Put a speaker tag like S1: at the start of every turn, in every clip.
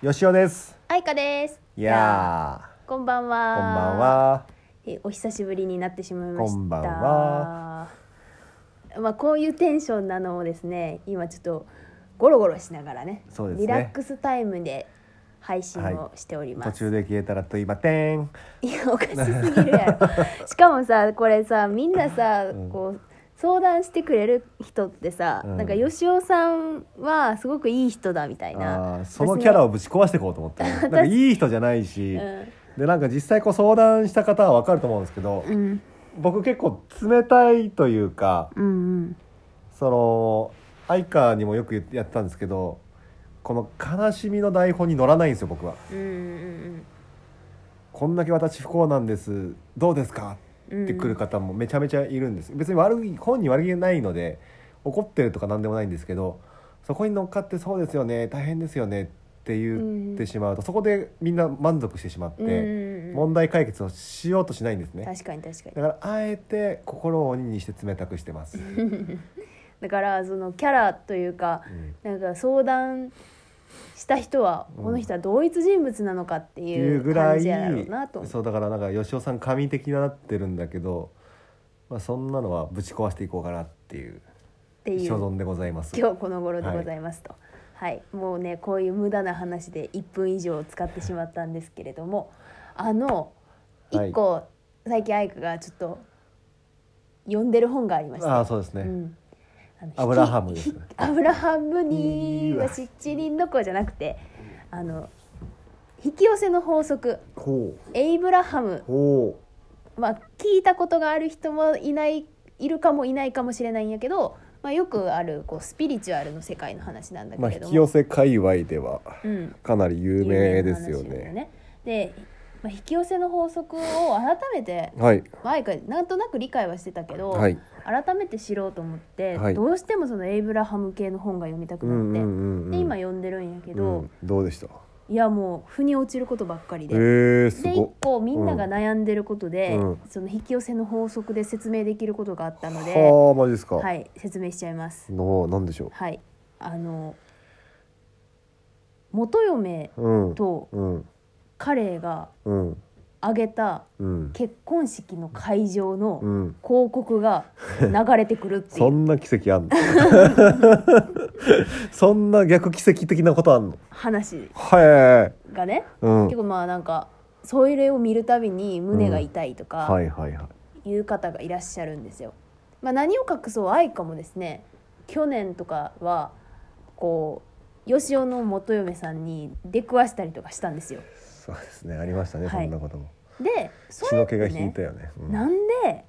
S1: よしおです。
S2: あいかです。
S1: いや
S2: こんばん
S1: ー、こ
S2: は。
S1: んばん。は。
S2: え、お久しぶりになってしまいました。
S1: こんばんは。
S2: まあ、こういうテンションなのをですね、今ちょっとゴロゴロしながらね。
S1: そうですね
S2: リラックスタイムで配信をしており
S1: 途
S2: ます。
S1: 中で消えたらといまてん。
S2: い、や、おかしすぎるや ろ。しかもさ、これさ、みんなさ、
S1: うん
S2: こう。相談してくれる人ってさ、
S1: うん
S2: なんか吉尾さんはすごくいい人だみたいな
S1: あーそのキャラ
S2: を、
S1: をぶち壊していこうと思って。なんかいい人じゃないし、
S2: うん
S1: でなんか実際こう相談した方はわかると思うんですけど、
S2: うん
S1: 僕結構冷たいというか、
S2: うんうん
S1: その相川にもよく言ってやってたんですけど、この悲しみの台本に乗らないんですよ僕は。
S2: うんうん
S1: こんだけ私不幸なんです。どうですか。
S2: うん
S1: ってくる方もめちゃめちゃいるんです別に悪い本人悪気ないので怒ってるとか何でもないんですけどそこに乗っかってそうですよね大変ですよねって言ってしまうと、そこでみんな満足してしまって、
S2: うんうんうん
S1: 問題解決をしようとしないんですね
S2: 確かに確かに
S1: だからあえて心を鬼にして冷たくしてます、
S2: だからそのキャラというか
S1: うん
S2: なんか相談した人は
S1: うん
S2: この人は同一人物なのかって
S1: ってい
S2: いうう
S1: ぐら
S2: 感
S1: い
S2: じやろうなと思う
S1: そうだからなんか吉尾さん神的になってるんだけど、まあ、そんなのはぶち壊していこうかなっていう
S2: っていう
S1: 所存でございます
S2: 今日この頃でございますと。はい、もうねこういう無駄な話で1分以上使ってしまったんですけれどもあの
S1: はい
S2: 1個、最近アイクがちょっと読んでる本がありまして
S1: ああそうですね、
S2: うんあの
S1: アブラハムですね
S2: ひきアブラハムには七人の子じゃなくてあの引き寄せの法則
S1: ほ
S2: エイブラハム
S1: う、ほう
S2: まあ、聞いたことがある人もいないいるかもいないかもしれないんやけど、まあ、よくあるこうスピリチュアルの世界の話なんだけ
S1: まあ、
S2: れ
S1: 引
S2: ど
S1: き
S2: も、
S1: 寄せ界隈では
S2: うん、
S1: かなり有名ですよ
S2: 有名な話なん
S1: ね。
S2: だねで、まあ、引き寄せの法則を改めて
S1: はい、
S2: 前からなんとなく理解はしてたけど、
S1: はい、
S2: 改めて知ろうと思って、
S1: はい
S2: どうしてもそのエイブラハム系の本が読みたく
S1: う
S2: なって、
S1: んうんうんうん。
S2: で今読んでるんやけ
S1: う
S2: ど
S1: ん、、どうでした。
S2: いやもう腑に落ちることばっかりで。
S1: ええす
S2: で一
S1: ご
S2: 個みんなが悩んでることで、
S1: うん
S2: その引き寄せの法則で説明できることがあったの
S1: っ。
S2: で、
S1: はあ、マジですか。
S2: はい説明しちゃいます。
S1: の、なんでしょ
S2: はいあの元嫁
S1: う。うん。
S2: と
S1: うん。
S2: 彼が
S1: うん。
S2: 挙げた
S1: うん。
S2: 結婚式の会場の
S1: うん。
S2: 広告が流れてくるって い
S1: そ
S2: うん
S1: な奇跡あ んの。そんな逆奇跡的なことあんの。
S2: 話
S1: はい。
S2: がね、
S1: うん。
S2: 結構まあなんかそれを見るたびに胸が痛いとか、
S1: はいはいはい。
S2: いう方がいらっしゃるんですよ。まあ、何を隠そう愛かもですね去年とかはこう吉尾の元嫁さんに出くわしたりとかしたんですよ。
S1: そうですね。ありましたね。
S2: はい
S1: そんなことも。
S2: でそ
S1: 血
S2: れ
S1: の
S2: っ
S1: 気
S2: て、
S1: が引いた
S2: ね、
S1: よね。うん
S2: なんで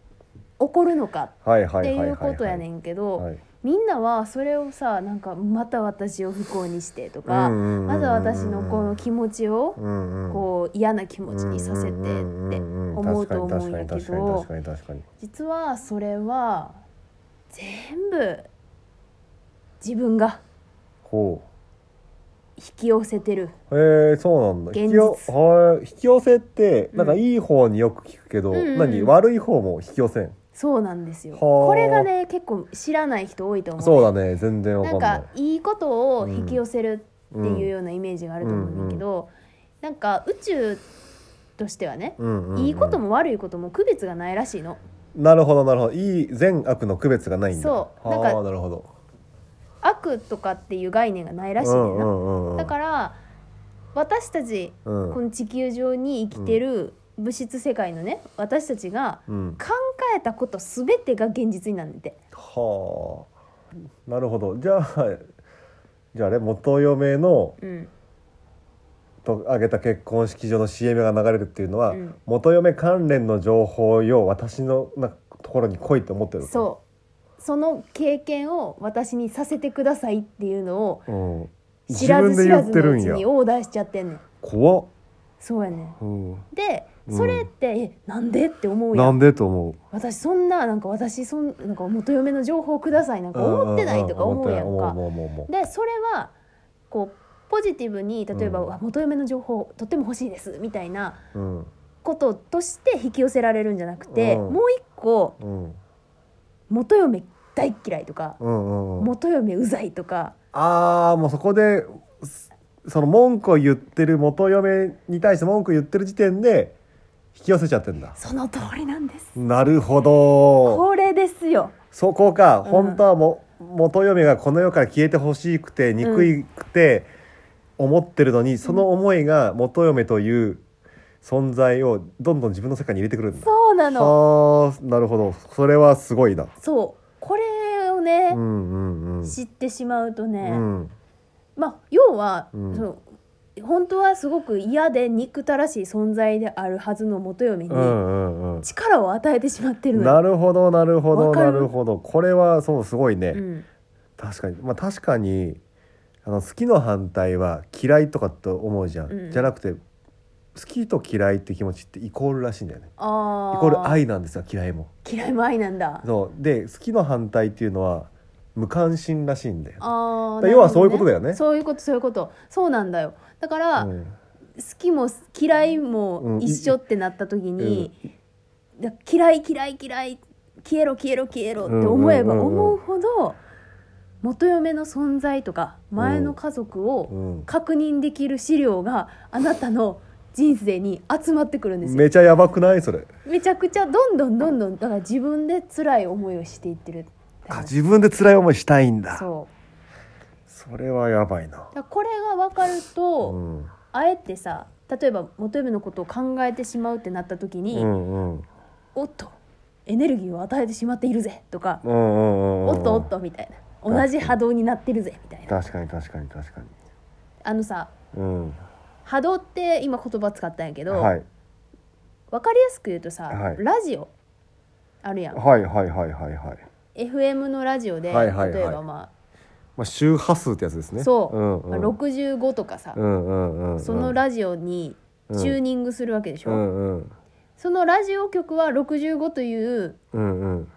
S2: 怒るのか
S1: はいは
S2: っ
S1: い
S2: て
S1: はいはいい。
S2: うことやね
S1: ん。
S2: んけど、
S1: はい。
S2: みんなはそれをさなんかまた私を不幸にしてとか、
S1: うんうんうんうん
S2: また私のこの気持ちを
S1: うんうん。
S2: こう嫌な気持ちにさせてって思うと思うんやけど
S1: 確かに確かに確かに
S2: 実はそれは全部自分が
S1: ほ
S2: 引き寄せてる
S1: うへえそうなんだ
S2: 現実
S1: 引き寄はい引き寄せってなんかいい方によく聞くけど、
S2: うんうんうん
S1: 何悪い方も引き寄せん、
S2: そうなんですよ
S1: はあ
S2: これがね結構知らない人多いと思う
S1: そうだね全然わ
S2: な
S1: かん
S2: ん
S1: ない
S2: かいいことを引き寄せるっていうようなイメージがあると思うんだけど、なんか宇宙としてはね、
S1: うんうんうん
S2: いいことも悪いことも区別がないらしいの
S1: なるほどなるほどいい善悪の区別がないんだ
S2: そう
S1: はあ
S2: なんか
S1: なるほど
S2: 悪とかっていう概念がないらしいねんな、だから私たち
S1: ら、うん
S2: この地球上に生きてる物質世界のね私たちが
S1: うん、
S2: 考えたことすべてが現実になんねんて
S1: はあなるほどじゃあじゃあね元嫁の
S2: うん
S1: と挙げた結婚式場の CM が流れるっていうのは、
S2: うん
S1: 元嫁関連の情報を要は私のなところに来いって思ってる
S2: そうその経験を私にさせてくださいっていうのを
S1: う、うん、
S2: 知らず知らずのうち
S1: 自分で言
S2: に
S1: ってるんや
S2: オーダーしちゃってんねん
S1: 怖っ、
S2: そうやねん
S1: うん、
S2: で
S1: うん
S2: それって、えなんでって思うや
S1: なん
S2: ん
S1: でと思
S2: 私そんななんか私そんなんか元嫁の情報くださいなん
S1: う
S2: か思ってないとか思うやんか
S1: 思ってない思う思う思う
S2: でそれはこうポジティブに例えば、
S1: うん
S2: わ元嫁の情報とっても欲しいですみたいな
S1: 思う
S2: こととして引き寄せられるんじゃなくて、
S1: うん
S2: もう一個
S1: うんうん
S2: 元嫁大っ嫌いとか、
S1: うんうんうん
S2: 元嫁うざいとか
S1: ああもうそこでその文句を言ってる元嫁に対して文句言ってる時点で引き寄せちゃってんだ
S2: その通りなんです
S1: なるほど
S2: これですよ
S1: そこか
S2: うん
S1: 本当はも、元嫁がこの世から消えてほしくて憎いくて思ってるのに、その思いが元嫁という存在をどんどん自分の世界に入れてくるんだ
S2: そうなの
S1: はあなるほどそれはすごいな
S2: そうこれをね
S1: う、んうんうん
S2: 知ってしまうとね、
S1: うん
S2: まあ要は、
S1: うん
S2: その本当はすごく嫌で憎たらしい存在であるはずの元嫁に
S1: うんうんうん
S2: 力を与えてしまってるのよ
S1: なるほどなるほど
S2: わか
S1: な
S2: る
S1: るほどこれはそうすごいね、
S2: うん
S1: 確かにまあ確かにあの好きの反対は嫌いとかと思うじゃん、
S2: うん
S1: じゃなくて好きと嫌いって気持ちってイコールらしいんだよね
S2: あ
S1: イ
S2: ー
S1: コール愛なんですよ嫌いも
S2: 嫌いも愛なんだ
S1: そうで好きの反対っていうのは無関心らしいんだよだ
S2: あー
S1: から要は
S2: なるほ
S1: そう
S2: ど
S1: いうことだよね
S2: そういうことそういうことそうなんだよだから、
S1: う
S2: 好
S1: ん
S2: きも嫌いも一緒ってなった時に、だ嫌い嫌い嫌い消えろ消えろ消えろって思え
S1: う
S2: ば
S1: んうんうんうん
S2: 思うほど元嫁の存在とか前の家族
S1: う
S2: を
S1: ん
S2: 確認できる資料があなたの人生に集まってくるんですよ
S1: めちゃやばくないそれ
S2: めちゃくちゃどんどんどんどんだから自分で辛い思いをしていってる
S1: あ自分で辛い思いしたいんだそ
S2: そう
S1: れはやばいな
S2: だからこれが分かると、
S1: うん
S2: あえてさ例えば元嫁のことを考えてしまうってなった時
S1: う
S2: に「
S1: んうん
S2: おっとエネルギーを与えてしまっているぜ」とか
S1: うんうんうん
S2: 「おっとおっと」みたいな「同じ波動になってるぜ」みたいな
S1: 確かに確かに確かに
S2: あのさ
S1: うん
S2: 波動って今言葉使ったんやけど、わ
S1: はい
S2: 分かりやすく言うとさ、
S1: はい
S2: ラジオあるやん、
S1: はいはいはいはいはい
S2: FM のラジオで、
S1: はいはいはい
S2: 例えばま
S1: まあ、周波数ってやつです
S2: あ、
S1: ね。
S2: そう、
S1: ん
S2: まあ
S1: うん、
S2: 65とかさ、
S1: うんうんうん、
S2: そのラジオにチューニングするわけでし
S1: う
S2: ょ、
S1: んうん
S2: そのラジオ局は65という
S1: うんうん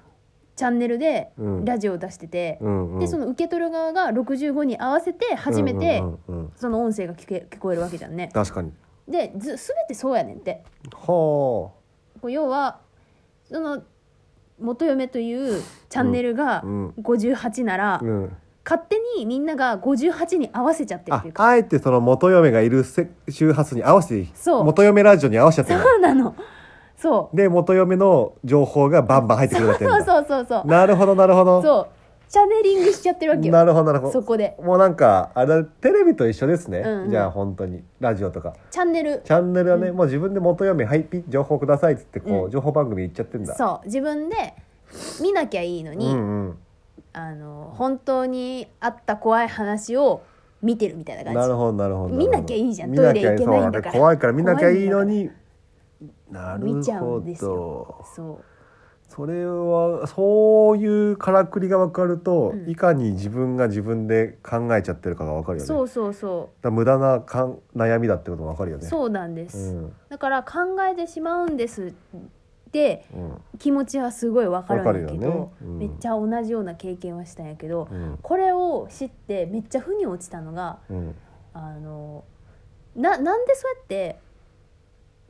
S2: チャンネルで
S1: うん
S2: ラジオを出してて、
S1: うんうん。
S2: でその受け取る側が65に合わせて初めて
S1: うんうんうん
S2: その音声が聞け聞こえるわけじゃんね。
S1: 確かに。
S2: でず全てそうやねんって
S1: は
S2: こう要はその元嫁というチャンネルが
S1: うん
S2: 58なら、
S1: あ。うん。
S2: 勝手にみんなが58に合わせちゃってるっ
S1: あ
S2: ていう、か
S1: あえてその元嫁がいるせ周波数に合わせて、
S2: そう
S1: 元嫁ラジオに合わせちゃってるんだ。
S2: そうなのそう
S1: で、元嫁の情報がバンバン入ってくるようになって
S2: そ
S1: る
S2: うん
S1: だ。
S2: そうそうそう
S1: なるほど、なるほど。
S2: そうチャネリングしちゃってるわけ
S1: な
S2: よ
S1: るほど、なるほ
S2: そ
S1: ど。
S2: こで
S1: もうなんか、あれ、テレビと一緒ですね。
S2: うんうん
S1: じゃあ、本当に。ラジオとか。
S2: チャンネル
S1: チャンネルはね、もう自分で元嫁、はい、ピッ情報くださいっつって、こう、
S2: うん
S1: 情報番組行っちゃってんだ。
S2: そう自分で見なきゃいいのに、
S1: うんうん。
S2: あの本当にあった怖い話を見てるみたいな感じ
S1: なるほどなるほど
S2: 見なきゃいいじゃん
S1: 見なきゃ
S2: トイレ行けないんだから
S1: そう怖いから見なきゃいいのになる
S2: 見ちゃう
S1: ほ
S2: んですよ
S1: ど
S2: そう
S1: それはそういうからくりが分かると、
S2: うん
S1: いかに自分が自分で考えちゃってるかが分かるよね
S2: そ
S1: だか
S2: うそうそ
S1: ら無駄なかん悩みだってことも分かるよ
S2: う、
S1: ね
S2: そうなんです、
S1: うん
S2: だから考えてしまうんですって
S1: うん
S2: 気持ちはすごいわかるんだけ
S1: わか
S2: ど、
S1: るよねうん
S2: めっちゃ同じような経験はしたんやけど、
S1: うん
S2: これを知ってめっちゃ腑に落ちたのが
S1: うん
S2: あのななんでそうやって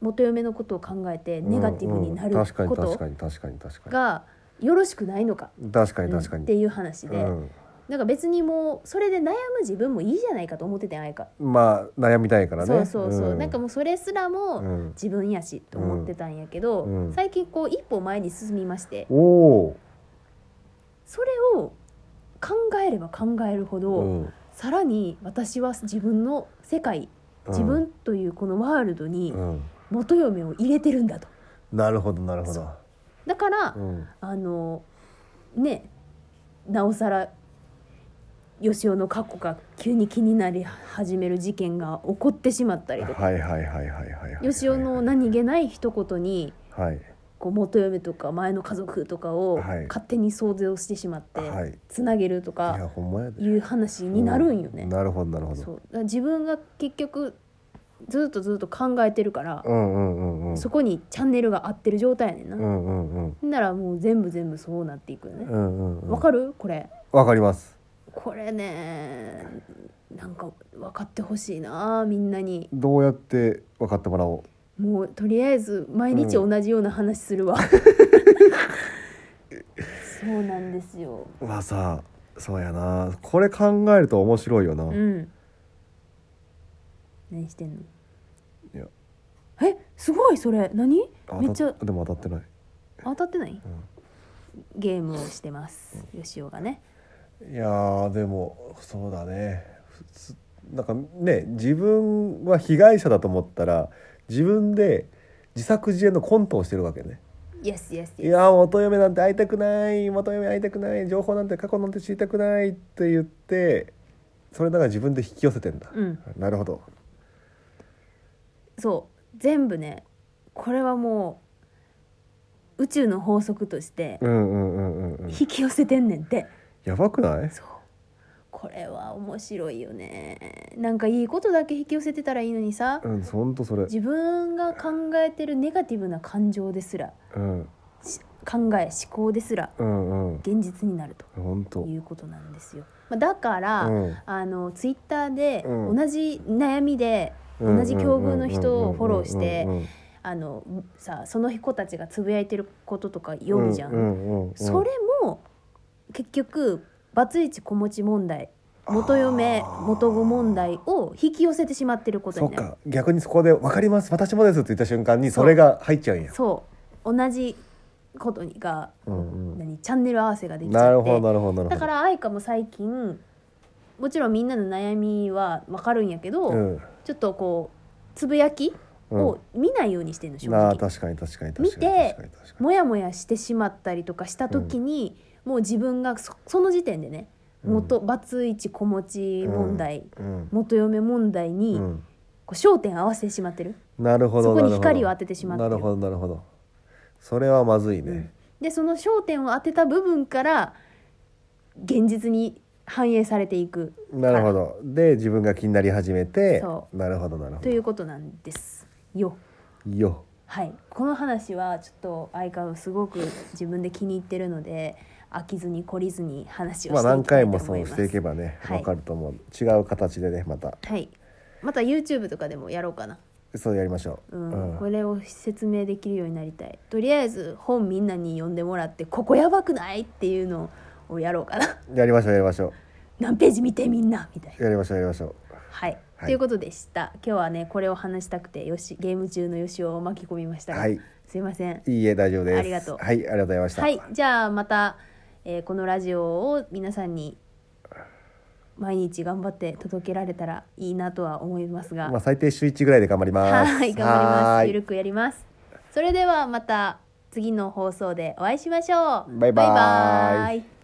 S2: 元嫁のことを考えてネガティブになる
S1: うんうん確かに
S2: こと
S1: 確かに確かに確かに
S2: がよろしくないのか
S1: 確かに確か
S2: っ
S1: に
S2: ていう話で、
S1: うん
S2: なんか別にもうそれで悩む自分もいいじゃないかと思っててあいか、
S1: まあ悩みたいからね
S2: そうそうそう、なんか
S1: も
S2: もうそれすらも
S1: うん
S2: 自分やしと思ってたんやけど、
S1: うん
S2: 最近こう一歩前に進みまして
S1: おお
S2: それを考えれば考えるほど、
S1: ー、うん
S2: さらに私は自分の世界自分というこのワールドに
S1: うんうん
S2: 元嫁を入れてるんだと
S1: なるほどなるほど
S2: だから、
S1: うん
S2: あのねなおさら吉尾の過去が急に気になり始める事件が起こってしまったりとか
S1: はいはいはいはいはいはい。
S2: 吉尾の何気ない一言に
S1: はい。
S2: こう元嫁とか前の家族とかを
S1: はい
S2: 勝手に想像してしまって
S1: はい
S2: つなげると
S1: いや
S2: か
S1: ほんまやで。
S2: いう話になるんよね。
S1: なるほどなるほ
S2: そう
S1: ど。
S2: だから自分が結局ずっとずっと考えてるから
S1: うんうんうんうん。
S2: そこにチャンネルが合ってる状態やねんな。
S1: うんうんうん。
S2: ならもう全部全部そうなっていくよね
S1: う。んうんうん。
S2: わかるこれ
S1: わかります。
S2: これねなんか分かってほしいなみんなに
S1: どうやって分かってもらおう。
S2: もうとりあえず毎日
S1: う
S2: 同じような話す るわ、そうなんですよ
S1: まあさ、そうやな。これ考えると面白いよな。
S2: うん何してんの
S1: いや
S2: えすごいそれ何
S1: あ
S2: めっちゃ
S1: 当たでも当たってない、
S2: 当たってない
S1: うん
S2: ゲームをしてますよしおがね
S1: いやーでもそうだね普通なんかね自分は被害者だと思ったら自分で自作自演のコントをしてるわけね
S2: イエスイエス
S1: いやー元嫁なんて会いたくない元嫁会いたくない情報なんて過去なんて知りたくないって言ってそれだから自分で引き寄せてんだ、
S2: うん
S1: なるほど
S2: そう全部ねこれはもう宇宙の法則として
S1: うんうんうんうんうん
S2: 引き寄せてんねんって、
S1: やばくない
S2: そうこれは面白いよねなんかいいことだけ引き寄せてたらいいのにさ
S1: うんほんとそれ
S2: 自分が考えてるネガティブな感情ですら
S1: うん
S2: し考え思考ですら
S1: うんうん
S2: 現実になると
S1: ほんと
S2: いうことなんですよ、まあ、だから、
S1: うん
S2: あのツイッターで
S1: うん
S2: 同じ悩みで、同じ境遇の人をフォローしてあのさその子たちがつぶやいてることとか読むじゃん、
S1: ん
S2: それも結局バツイチ子持ち問題元嫁
S1: あー
S2: 元子問題を引き寄せてしまってること
S1: そ
S2: に
S1: っ
S2: なる
S1: か逆にそこで「分かります私もです」って言った瞬間にそれが入っちゃうんや
S2: そう同じことにが、
S1: うんうん
S2: 何チャンネル合わせができち
S1: な
S2: ゃ
S1: る
S2: っ
S1: ほど
S2: て
S1: なるほどなるほど
S2: だから愛花も最近もちろんみんなの悩みはわかるんやけど、
S1: うん
S2: ちょっとこうつぶやきを見ないようにしてるの正
S1: な
S2: 直、
S1: あ確かに確かに確かに
S2: 見て
S1: 確かに確かに
S2: もやもやしてしまったりとかした時に、もう自分がそその時点でね
S1: うん
S2: 元バツイチ子持ち問題、
S1: うん
S2: 元嫁問題に、
S1: うん
S2: こう焦点合わせてしまってる
S1: なるほど
S2: そこに
S1: なるほど
S2: 光を当ててしまってる
S1: なるほどなるほどそれはまずいね
S2: でその焦点を当てた部分から現実に反映されていく
S1: なるほどで自分が気になり始めて
S2: そ
S1: なるほどなるほ
S2: と
S1: ど
S2: いうことなんですよ。
S1: よ
S2: はい、この話はちょっと相変わらずすごく自分で気に入ってるので飽きずに懲りずに話を
S1: まあ
S2: してい
S1: 何
S2: きたい
S1: 回
S2: と思
S1: も
S2: います。
S1: そうしていけばね
S2: はい
S1: わかると思う違う形でねまた
S2: はい、また YouTube とかでもやろうかな、
S1: そうやりましょう
S2: う
S1: うん
S2: んこれを説明できるようになりたいとりあえず本みんなに読んでもらって「ここやばくない?」っていうのをやろうかな
S1: やりましょうやりましょ
S2: 何ページ見てみんなみたいな
S1: うやりましょうやりましょう
S2: はい、
S1: はい
S2: ということでした今日はねこれを話したくてよしゲーム中のよしおを巻き込みましたが、
S1: はい
S2: すいません
S1: いいえ大丈夫です
S2: ありがとう
S1: はいありがとうございました
S2: はいじゃあまた、えーこのラジオを皆さんに毎日頑張って届けられたらいいなとは思いますが、
S1: まあ最低週一ぐらいで頑張ります
S2: はい、頑張りま
S1: はー
S2: す。
S1: い
S2: ゆるくやります。それではまた次の放送でお会いしましょう。
S1: バイバーイ
S2: イ